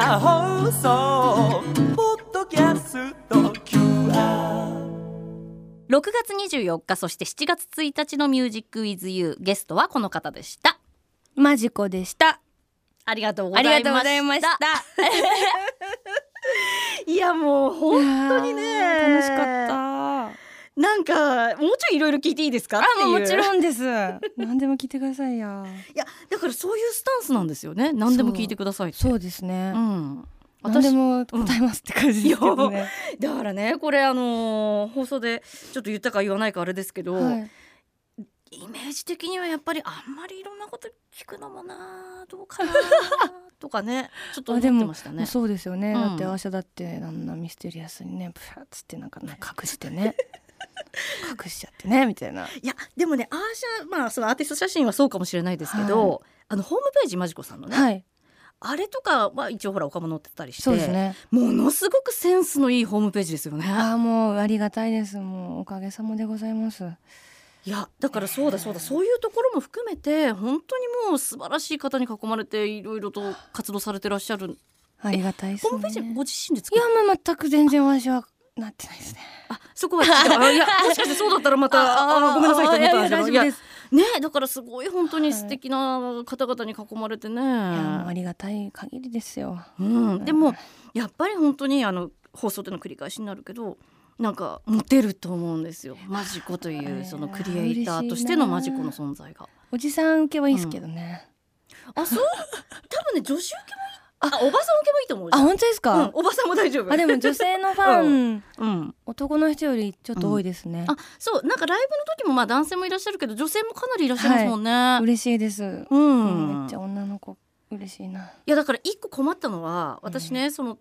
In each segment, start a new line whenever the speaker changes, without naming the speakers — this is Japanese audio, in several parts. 放送ポッドキャスト QR
6月24日そして7月1日の「ミュージックウィズユーゲストはこの方でした
マジコでした
ありがとうご
あ
ざい
り
ました
がとうございました
いやもうほん当
本
にね
楽しかっ
なんかもうちょいいろいろ聞いていいですかっ
た
てい
あ
う
もうもちろ んです何でも聞いてくださいや
いやだからそういうスタンスなんですよね何でも聞いてくださいって
そうですね、
うん
何で
私
も答えますって感じですけどね、
だからねこれあのー放送でちょっと言ったか言わないかあれですけど、
はい
イメージ的にはやっぱりあんまりいろんなこと聞くのもなあどうか なあとかねちょっと思ってましたね
そうですよね、
うん
だってアーシャだってあんなミステリアスにねプシャッつってなんかね隠し てね隠しちゃってねみたいない
やでもねアーシャまあそのアーティスト写真はそうかもしれないですけど、あのホームページマジコさんのね、
はい
あれとかは一応ほらおかも載ってたりして
そうですね
ものすごくセンスのいいホームページですよね
ああもうありがたいですもうおかげさまでございます
いやだからそうだそうだそういうところも含めて本当にもう素晴らしい方に囲まれていろいろと活動されてらっしゃる
ありがたいです
ホー
ね
ムページご自身で
い
作
や
る
もう全く全然私はなってないですね
あそこは違う あいやもしかしてそうだったらまたああごめんなさいって思ったんですけど
い
いや
やいや大丈夫で
ね
す
だからすごい本当に素敵な方々に囲まれてね、
いやもうありがたい限りですよ
うん、でもやっぱり本当にあの放送での繰り返しになるけどなんかモテると思うんですよマジコというそのクリエイターとしてのマジコの存在が。
おじさん受けはいいですけどね、
あそう 多分ね女子受けもいいあおばさん受けもいいと思う
あ本当です
う
か
ん、、おばさんも大丈夫
あ でも女性のファン、
ううん、
男の人よりちょっと多いですね、
あそうなんかライブの時もまあ男性もいらっしゃるけど女性もかなりいらっしゃいますもんね、
嬉しいです、
う
うん
ん、
めっちゃ女の子嬉しいない
やだから一個困ったのは私ね、その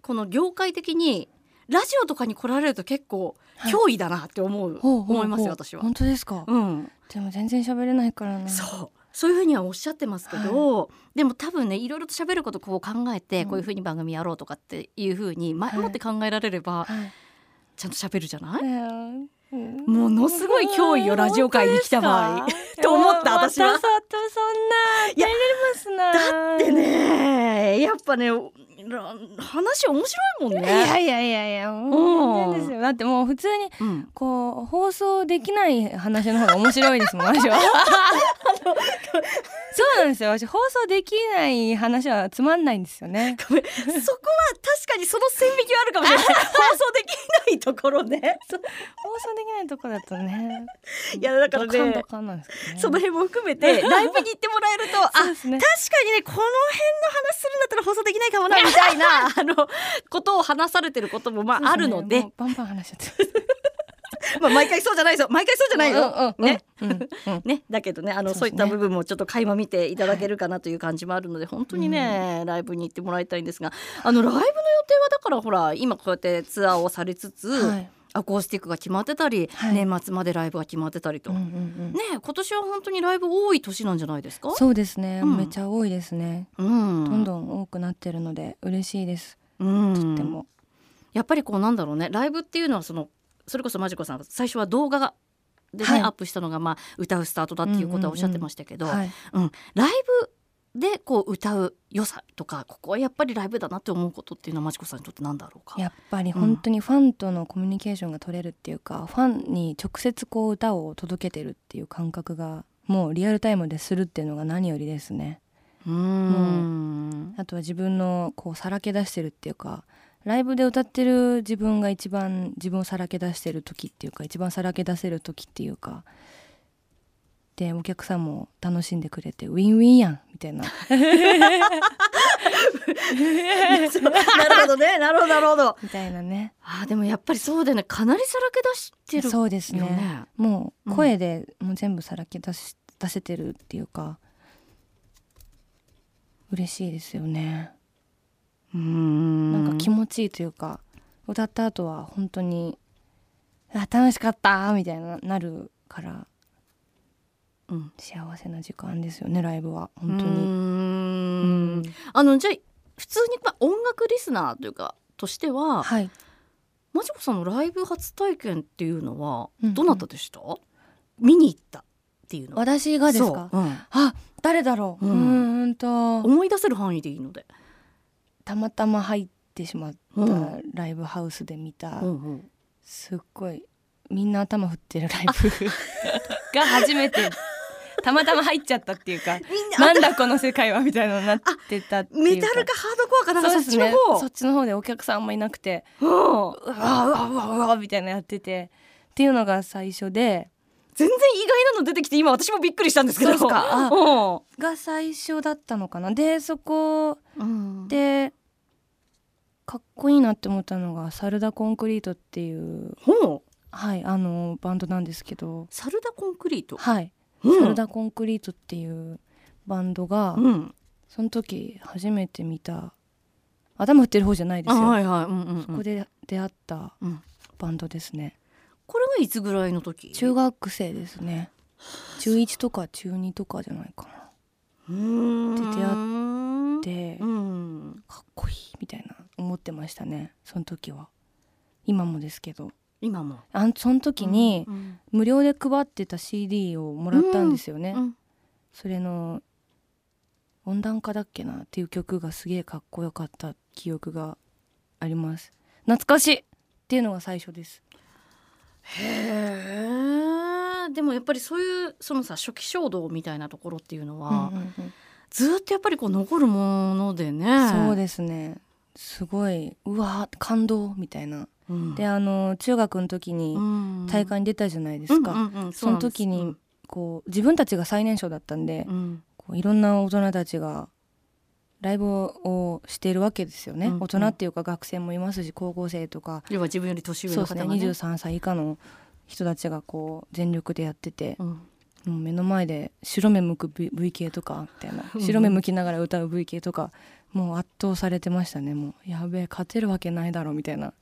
この業界的にラジオとかに来られると結構
はい
脅威だなって思う、
ほうほうほう
思いますよ私は。
本当ですか、
うん、
でも全然喋れないからな
そうそういうふうにはおっしゃってますけど、でも多分ねいろいろと喋ることをこう考えて、
うん
こういうふうに番組やろうとかっていうふうに前もって考えられれば、
はい
ちゃんと喋るじゃない、
ねえうん
ものすごい脅威よラジオ界に来た場合
本当ですか
と思った
いや
私は
またそまたそんな
や
や
で
れますなだ
ねやっぱねら話面白いもんね。
いやいやいやいやもう全然ですよだってもう普通に
うん、
こう放送できない話の方が面白いですもん 私はそうなんですよ私放送できない話はつまんないんですよね
ごめんそこは確かにその線引きはあるかもしれない放送できないところね
放送できないとこだとね
いやだからね
ドカンドカンなんですけどね
その辺も含めてライブに行ってもらえるとあ
そうですね
確かにねこの辺の話するんだったら放送できないかもなみたい なあのことを話されてることもまああるので
もうバンバン話しちゃって
まあ毎回そうじゃないぞ毎回そうじゃないよ、ね。
うんうんうん
ね、だけどねあのそ
そうう
い
ですね
った部分もちょっと垣間見ていただけるかなという感じもあるので本当にね、ライブに行ってもらいたいんですがあのライブの予定はだからほら今こうやってツアーをされつつ、
はい
アコースティックが決まってたり、
はい
年末までライブが決まってたりと、
うんうんう
ね
ん
え今年は本当にライブ多い年なんじゃないですか
そうですね、
うん
めちゃ多いですね
うん
どんどん多くなってるので嬉しいです、
うん
でも
やっぱりこうなんだろうねライブっていうのはそのそれこそマジコさん最初は動画がでね、
はい
アップしたのがまあ歌うスタートだっていうことはおっしゃってましたけど、
はい
うん、ライブでこう歌う良さとかここはやっぱりライブだなって思うことっていうのはまちこさんにとってなんだろうか。
やっぱり本当にファンとのコミュニケーションが取れるっていうか、ファンに直接こう歌を届けてるっていう感覚がもうリアルタイムでするっていうのが何よりですね
うーん
あとは自分のこうさらけ出してるっていうかライブで歌ってる自分が一番自分をさらけ出してる時っていうか一番さらけ出せる時っていうかでお客さんも楽しんでくれてウィンウィンやんみたいな
そう なるほどねなるほどなるほど。
みたいなね
あーでもやっぱりそうだよねかなりさらけ出してる
そうですね
よね
も
う
うん声でもう全部さらけ出し出せてるっていうか嬉しいですよね
うーん
なんか気持ちいいというか歌った後は本当にあ楽しかったみたいななるから
うん
幸せな時間ですよねライブは本当
うー
に
んあのじゃあ普通にまあ音楽リスナーというかとしては
はい
マジコさんのライブ初体験っていうのは
うんうん
どなたでした、見に行ったっていうのは
私がですか
そううん
あ誰だろう
う
うんーんと
思い出せる範囲でいいので
たまたま入ってしまった
うん
ライブハウスで見た、
うんうん
すっごいみんな頭振ってるライブが初めてたまたま入っちゃったっていうか
みんな
なんだこの世界はみたいなのになってたっていうか
メタルかハードコアかなんか
そ
そうっ
です
ち
ね
の方
そっちの方でお客さんあんまいなくて
うん
うわうわうわうわみたいなやっててっていうのが最初で
全然意外なの出てきて今私もびっくりしたんですけど
そうですかあ
うん
が最初だったのかなでそこ
うん
でかっこいいなって思ったのがサルダコンクリートっていう
ほう
はいあのバンドなんですけど
サルダコンクリート
はい、
うん
サルダコンクリートっていうバンドが、
うん
その時初めて見た頭振ってる方じゃないで
あ
すよ、
はいはいうんうんうん
ここで出会った
うん
バンドですね
これはいつぐらいの時
中学生ですね中1とか中2とかじゃないか
うーん
で出なで
うん
かっこいいみたいな思ってましたねその時は今もですけど
今も
あんその時に、
うん
無料で配ってた CD をもらったんですよね、
うん
それの「温暖化だっけな」っていう曲がすげえかっこよかった記憶があります懐かしいっていうのが最初です
へえでもやっぱりそういうそのさ初期衝動みたいなところっていうのは、
うんうんうん
ずっとやっぱりこう残るものでね
そうですねすごいうわー感動みたいな、
うん
であの中学の時に
うん
大会に出たじゃないですか、
うんうんうん
その時に、こう自分たちが最年少だったんで、
そうなんです
こういろんな大人たちがライブをしているわけですよね、
うんうん
大人っていうか学生もいますし高校生とか、
うん要は自分より年上
そ
の
うで
方
すね
がね
23歳以下の人たちがこう全力でやってて、
うん
もう目の前で白目向く V- VK とかみたいな
うん
白目向きながら歌う VK とかもう圧倒されてましたねもうやべえ勝てるわけないだろみたいな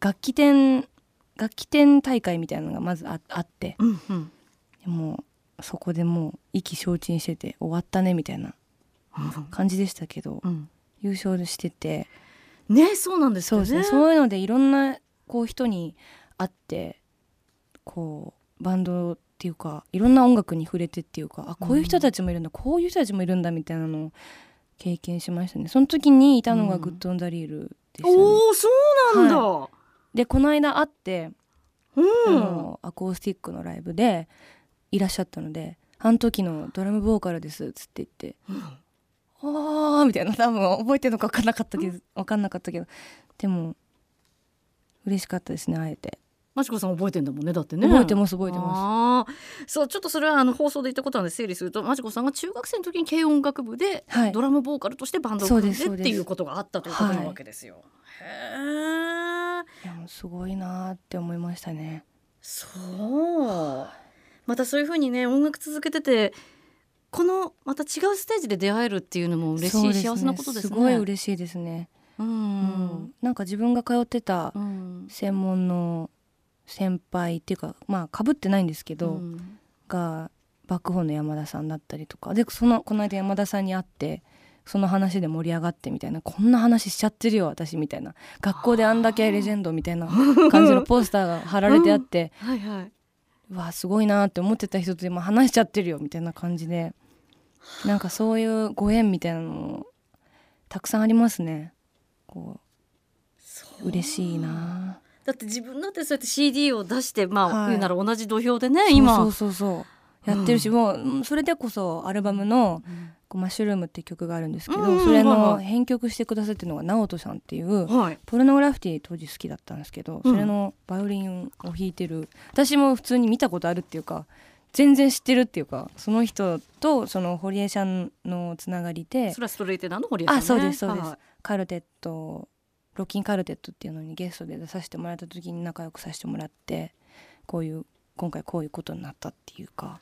楽器店楽器店大会みたいなのがまずああって
うんうん
もうそこでもう意気消沈してて終わったねみたいな感じでしたけど、
うん
優勝してて
ねそうなんです
そう
よ
で
ね
すねそういうのでいろんなこう人に会ってこうバンドっていうかいろんな音楽に触れてっていうかあこういう人たちもいるんだ、こういう人たちもいるんだみたいなのを経験しましたねその時にいたの
う
が
ん
グッド・オン・ザ・リールでしたね、
おおそうなんだ、
でこの間会って、
う
あ
ん
のアコースティックのライブでいらっしゃったので「あの時のドラムボーカルです」っつって言ってあーみたいな多分覚えてるのか分かんなかったけど分かんなかったけどでも嬉しかったですね会えて、
マチコさん覚えてんだもんねだってね
覚えてます覚えてます
ますそうちょっとそれはあの放送で言ったことなんで整理するとマチコさんが中学生の時に軽音楽部で
はい
ドラムボーカルとしてバンドを組んで
そうですそう
っ
で
て
す
いうことがあったということなわけですよ。へえ
いやもうすごいなーって思いましたね
そうまたそういうふうにね音楽続けててこのまた違うステージで出会えるっていうのも嬉し
そう
い
ですね
幸せなことですね。
すごい嬉しいですね、
う
うん
ん
なんか自分が通ってた
うん
専門の先輩っていうかまあかぶってないんですけど、
うん
がバックホーンの山田さんだったりとかでそのこの間山田さんに会ってその話で盛り上がってみたいなこんな話しちゃってるよ私みたいな学校であんだけレジェンドみたいな感じのポスターが貼られてあって、
はいはい。
うわすごいなって思ってた人と今話しちゃってるよみたいな感じでなんかそういうご縁みたいなのもたくさんありますねこう嬉しいな
だって自分だってそうやって CD を出してまあ、
はい
言うなら同じ土俵でね今
そうそうそうそうやってるし、
う
もううんそれでこそアルバムの
うん
こうマッシュルームって曲があるんですけど、
うんうん
それ
はい
の
はい
編曲してくださってるのが直人さんっていう
はい。
ポルノグラフィティ当時好きだったんですけど、
うん
それのバイオリンを弾いてる私も普通に見たことあるっていうか全然知ってるっていうかその人とその堀江さんのつながりで
それはストレートなの堀江さん、ね、
あそうですそうです
はい
カルテットロッキンカルテットっていうのにゲストで出させてもらった時に仲良くさせてもらってこういう今回こういうことになったっていうか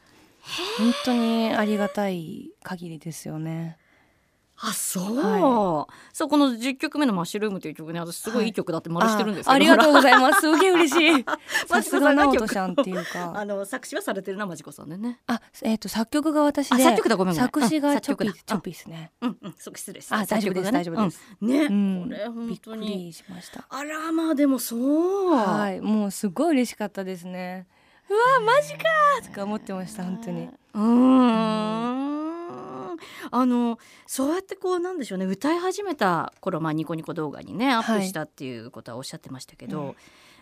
本当にありがたい限りですよね。
あそう、
は
そうこの10曲目の「マッシュルーム」という曲ね私すごいいい曲だって丸してるんですけど、
あありがとうござい ます。すげえ嬉しい。
マ
さ
ジ
す
コさ
が
んが
直
曲を
人ちゃんっていうか。
あの作詞はされてるなマジコさんでね
あ、えっ、と作曲が私で。
あ作曲だごめんごめん
作詞
うん
がチョ
作曲
ピ
だ
チョピですね。
うんうんそう失礼した
あ、大丈夫です、大丈夫です。、
作曲がね
う
うん
ん、
ね、これ
びっ
本当
く
に
りしました。
あらまあでもそう
はいい、もうすごい嬉しかったですね。うわ、マジかーとか思ってました本当に。
うーんあのそうやってこうなんでしょうね歌い始めた頃まあニコニコ動画にねアップしたっていうことはおっしゃってましたけど、
うん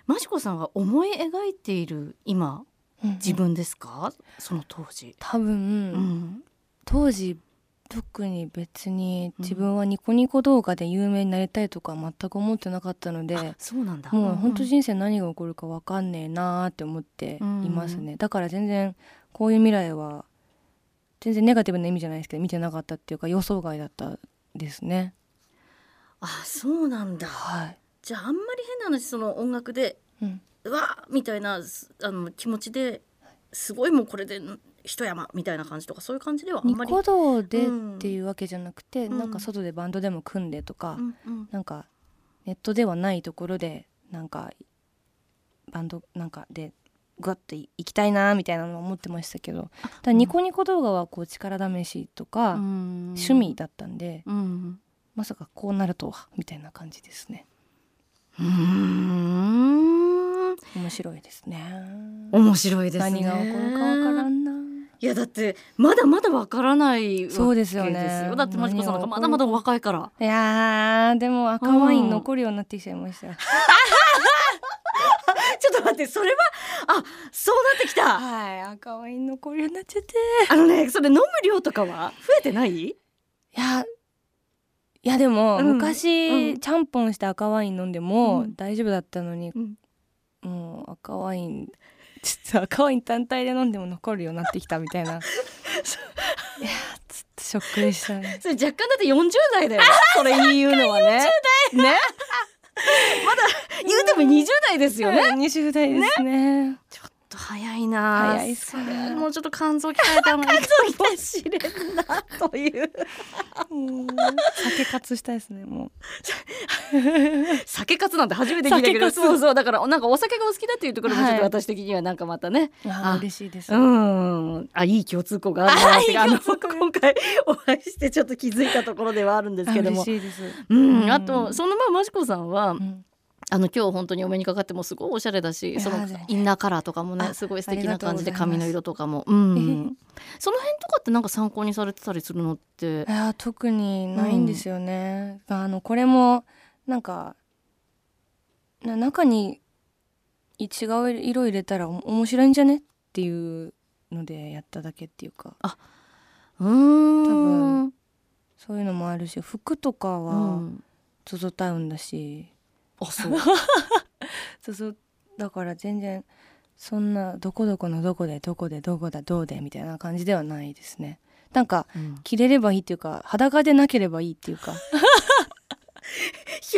マジコさんは思い描いている今自分ですか、その当時。
多分、
うん、
当時特に別に自分はニコニコ動画で有名になりたいとか全く思ってなかったので、
あそうなんだ。
もう本当
に
人生何が起こるか分かんねえなーって思っています
うん
ね、だから全然こういう未来は全然ネガティブな意味じゃないですけど見てなかったっていうか予想外だったですね
あそうなんだ。
はい、
じゃああんまり変な話その音楽で
うん、
うわーみたいなすあの気持ちですごいもうこれで一山みたいな感じとかそういう感じではあん
ニ
まり。
コ動でっていうわけじゃなくて、
うん
なんか外でバンドでも組んでとか、
うんうん
なんかネットではないところでなんかバンドなんかでグワッとい行きたいなみたいなのは思ってましたけどただニコニコ動画はこう力試しとか、趣
趣
味、だったんで
うん、
まさかこうなるとはみたいな感じですね
うーん
面白いですね
面白いですね
何が起こるかわからんない
やだってまだまだわからないわけ
そうですよね
だってマジコさんなんかまだまだお若いから
いやーでも赤ワイン残るようになってきちゃいました、
ちょっと待ってそれはあそうなってきた
はい赤ワイン残るようになっちゃって
あのねそれ飲む量とかは増えてない
いやいやでも、
うんう
昔、
ん
ちゃんぽんして赤ワイン飲んでも
うん
大丈夫だったのに、
うん
もう赤ワイン ちょっと赤ワイン単体で飲んでも残るようになってきたみた いないやちょっとショックでし たね
それ若干だって40代だよそれ言うのはねねまだ言うても20代ですよね
うん20代ですね
ちょっと早いな
早いっすね
それもうちょっと肝臓鍛えたのが肝臓かもし れんなという
うん酒活したいですねも
酒かつなんて初めて聞いたけ
酒
ど
活
そうそうだからなんかお酒がお好きだっていうところもちょっと私的にはなんかまたね、
う
あ
あ嬉しいです、
うんあいい共通項があるなって
あ
あ
いい
の
共通項
今回お会いしてちょっと気づいたところではあるんです
あ
けど
嬉
も。
しいです、
うん、あとそのままマジコさんは、
うん
あの今日本当にお目にかかってもすごいおしゃれだし
や
その
全然
インナーカラーとかもね
あ
すごい素敵な感じで
ありがとうございます
髪の色とかも、うん、その辺とかってなんか参考にされてたりするのって
いや特にないんですよね、あのこれもなんかな中にい違う色入れたらお面白いんじゃねっていうのでやっただけっていうか
うーん
多そういうのもあるし服とか
う
は
ん、
ゾゾタウンだし、
あそう
ゾゾだから全然そんなどこどこのどこでどこでどこだどうでみたいな感じではないですねなんか
うん
着れればいいっていうか裸でなければいいっていうか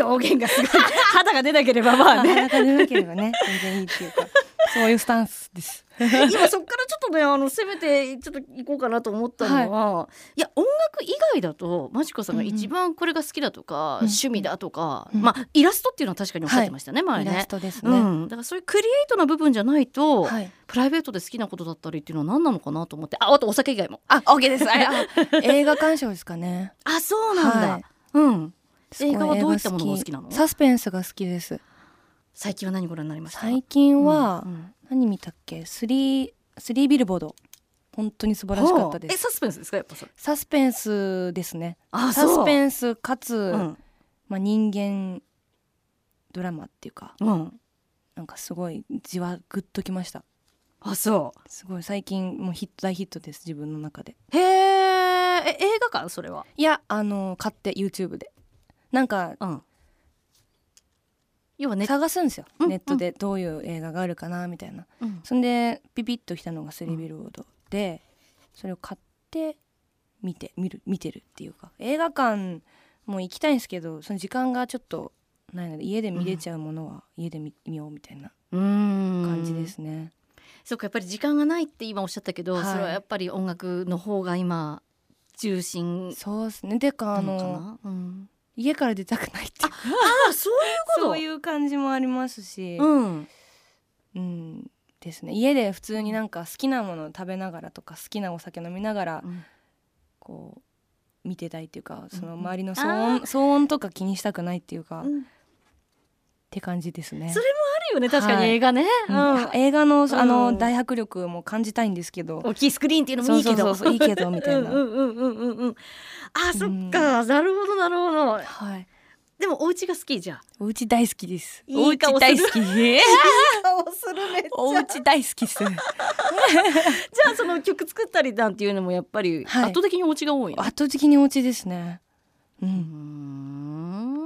表現がすごい 肌が出なければまあね
裸でなければね全然いいっていうかそういうスタンスです。
今そっからちょっとねあの攻めてちょっと行こうかなと思ったのは、い、や音楽以外だとマジコさんが一番これが好きだとか、
んうん
趣味だとか、
うん
まあイラストっていうのは確かにおっしゃってましたね、前
イ
ね
ラストです
う
ね。
ん、だからそういうクリエイトな部分じゃないと、
はい。
プライベートで好きなことだったりっていうのは何なのかなと思ってああとお酒以外も
あ、オッケーです。あれ、あ映画鑑賞ですかね。
あそうなんだ、
はい
うん
すごい
映画はどういったものが好きなの
サスペンスが好きです。
最近は何ご覧になりました
最近は
うんうん
何見たっけ？スリースリービルボード。本当に素晴らしかったで
ほうえ
す。
サスペンスですかやっぱそれ
サスペンスですね。
あ
サスペ
ン
ンスかつ、
うん、
まあ人間ドラマっていうか、
うん、
なんかすごいじわグッときました。
あそ
すごい最近もうヒット大ヒットです自分の中で。
うへーえ映画館それはい
やあの買って YouTube でなんか
うん要はね、
探すんですよ、
うん
ネットでどういう映画があるかなみたいな、
うん
そんでピピッときたのが「スリービルボード」でそれを買って見て見る見てるっていうか映画館も行きたいんですけどその時間がちょっとないので家で見れちゃうものは家で見,、ようみたいな
うーん
感じですね、
そうかやっぱり時間がないって今おっしゃったけど、
はい
それはやっぱり音楽の方が今重心
そうですねでか
な
あ
の
の
かな、うん
家から出たくないってい う
あそういうこと
そういう感じもありますし、
うん
うんですね家で普通になんか好きなものを食べながらとか好きなお酒飲みながらこう見てたいっていうかその周りの騒
あ
音騒音とか気にしたくないっていうか、
う
っ
ん
て感じですね
それあるよね確かに映画ね、
うん映画のあ
う
の
ん
大迫力も感じたいんですけど、
大きいスクリーンっていうのもいいけど
そうそうそういいけどみたいな
うんうんうんうんうんあそっか、なるほどなるほど
はい
でもお家が好きじゃん
お家大好きです
いい顔
お家大好 き
顔するめっち
お家大好き です
じゃあその曲作ったりなんていうのもやっぱり圧
はい
倒的にお家が多いの、
圧倒的にお家ですねう
うー
ん
ん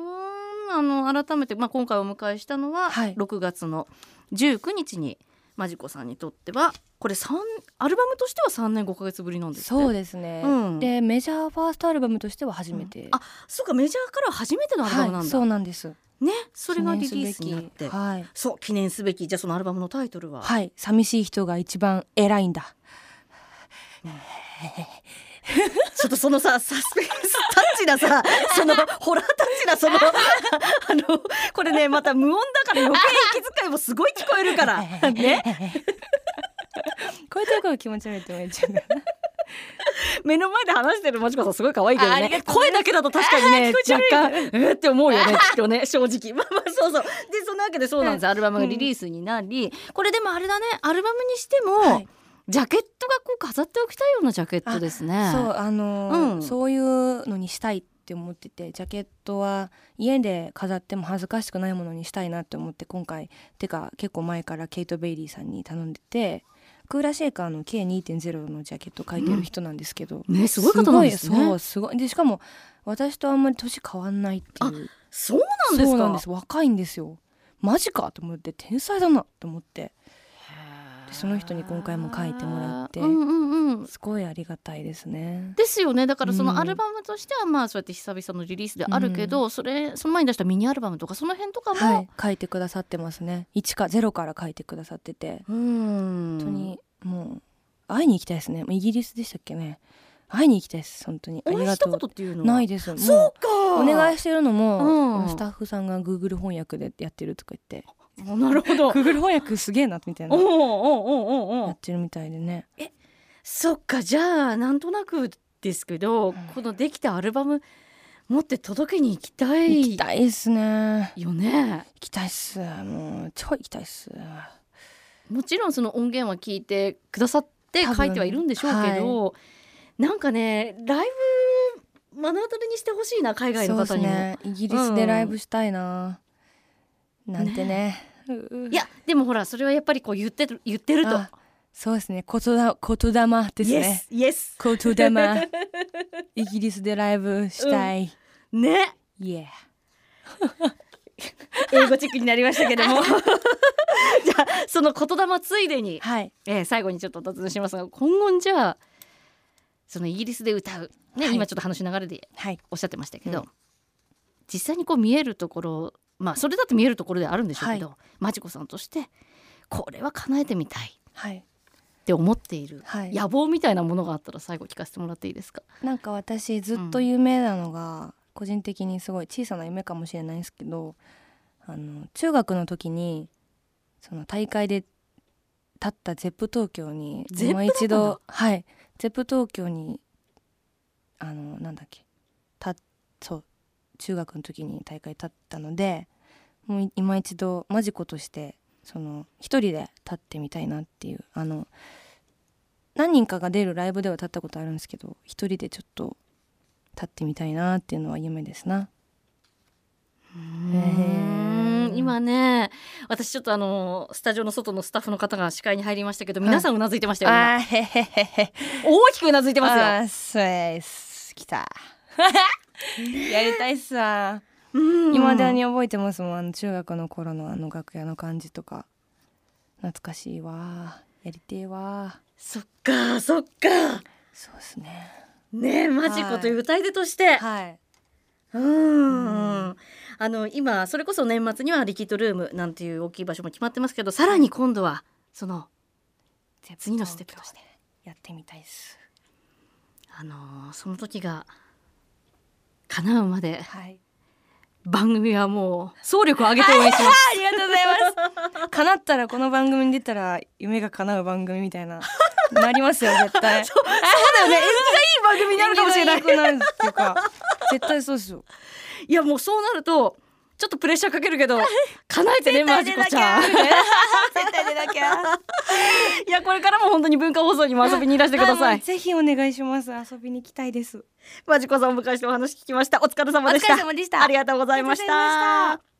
あの改めて、まあ、今回お迎えしたのは
はい
6月の19日にマジコさんにとってはこれ三アルバムとしては3年5か月ぶりなんですって
そうですね、
うん
でメジャーファーストアルバムとしては初めて、
あそうかメジャーからは初めてのアルバムな
はい
んだ、
そうなんです
ねそれがリリースになって、
はい、
そう記念すべきじゃあそのアルバムのタイトルは、
はい、寂しい人が一番偉いんだ
ちょっとそのさサスペンスタッチなさそのホラータッチなそのあのこれねまた無音だから余計息遣いもすごい聞こえるからね
こういうとこが気持ち悪いって思っちゃう
目の前で話してるまちこさんすごい可愛いけど
ああり
ね
がとう
声だけだと確かにね
ち悪い
若干えーって思うよねきっとね正直まあまあそうそうでそんなわけでそうなんですアルバムがリリースになり、これでもあれだねアルバムにしても、
はい
ジャケットがこう飾っておきたいようなジャケットですね。
そうあのー
うん
そういうのにしたいって思っててジャケットは家で飾っても恥ずかしくないものにしたいなって思って今回てか結構前からケイト・ベイリーさんに頼んでてクーラーシェイカーの K2.0 のジャケットを描いてる人なんですけど、
ねすごい方なんですね。
ごいそうすごいでしかも私とあんまり年変わんないっていう
そうなんですか。
そうなんです若いんですよマジかと思って天才だなと思ってでその人に今回も書いてもらって
うんうんうん。
すごいありがたいですね
ですよねだからそ
うん
のアルバムとしてはまあそうやって久々のリリースであるけど、それその前に出したミニアルバムとかその辺とかも、
はい書いてくださってますね1か0から書いてくださってて
うん
本当にもう会いに行きたいですねもうイギリスでしたっけね会いに行きたいです本当にあ
お
り
会い
が
し
と
た
う
ことっていうのは
ないですも
そうか
お願いしてるのも、
うん
スタッフさんが Google 翻訳でやってるとか言って
おなるほ ど
Google 翻訳すげえなみたい
おう
なや
おうおうおうおう
ってるみたいでね
そっかじゃあなんとなくですけど、このできたアルバム持って届けに行きた
行き
い
たいですね
よね
行きたいっすもう超行きたいっす
もちろんその音源は聞いてくださって書いてはいるんでしょうけど、なんかねライブ目の当たりにしてほしいな海外の
そう
方にも、
ですねイギリスでライブしたいな、なんてねうう
いやでもほらそれはやっぱりこう言ってる言ってると
あそうですね言だ言霊です
イエ
ね
スイエス
言 霊イギリスでライブしたい、
ね
イエ
英語チックになりましたけども じゃあその言霊ついでに
ー、はい
えー最後にちょっとお尋ねしますが今後じゃあそのイギリスで歌う、ね
はい
今ちょっと話の流れで
はい
おっしゃってましたけど、
うん
実際にこう見えるところまあそれだって見えるところではあるんでしょうけど、マチコさんとしてこれは叶えてみたい
はい
って思っている、
はい
野望みたいなものがあったら最後聞かせてもらっていいですか
なんか私ずっと夢なのが、個人的にすごい小さな夢かもしれないんですけどあの中学の時にその大会で立ったゼップ東京に
ゼップ
もう一度はいゼップ東京にあのなんだっけたそう中学の時に大会立ったのでもうい今一度マジコとしてその一人で立ってみたいなっていうあの何人かが出るライブでは立ったことあるんですけど一人でちょっと立ってみたいなっていうのは夢ですな。へー
今ね私ちょっとあのスタジオの外のスタッフの方が視界に入りましたけど
はい
皆さんうなずいてましたよ、
あーへへへへ。
今大きくうなずいてますよ
あーそうです来た。 やりたいっすわ。
うん
今だに覚えてますもんあの中学の頃のあの楽屋の感じとか懐かしいわ。やりてえわ。
そっかそっか
そうですね。
ねえマジコという歌い手として、
はい。
うーんあの今それこそ年末にはリキッドルームなんていう大きい場所も決まってますけどさらに今度はその次のステップとして
やってみたいっす。
あのーその時が叶うまで
はい。
番組はもう総力を挙げて応援します
ありがとうござい ます。叶ったらこの番組に出たら夢が叶う番組み たいななりますよ絶対。そう
そう だよね 縁起がいい番組になるかもしれない
くなるっていうか絶対そうですよ。
いやもうそうなるとちょっとプレッシャーかけるけ ど叶えてねマジコちゃん
絶対出なき ゃ
いやこれからも本当に文化放送にも遊びにいらしてくださ
あもう
い
ぜひお願いします遊びに来たいです
マジコさんをお迎えしてお話聞きましたお疲れ
お
様で
疲
した
れ様でした
ありがとうございまし
ありがとうございました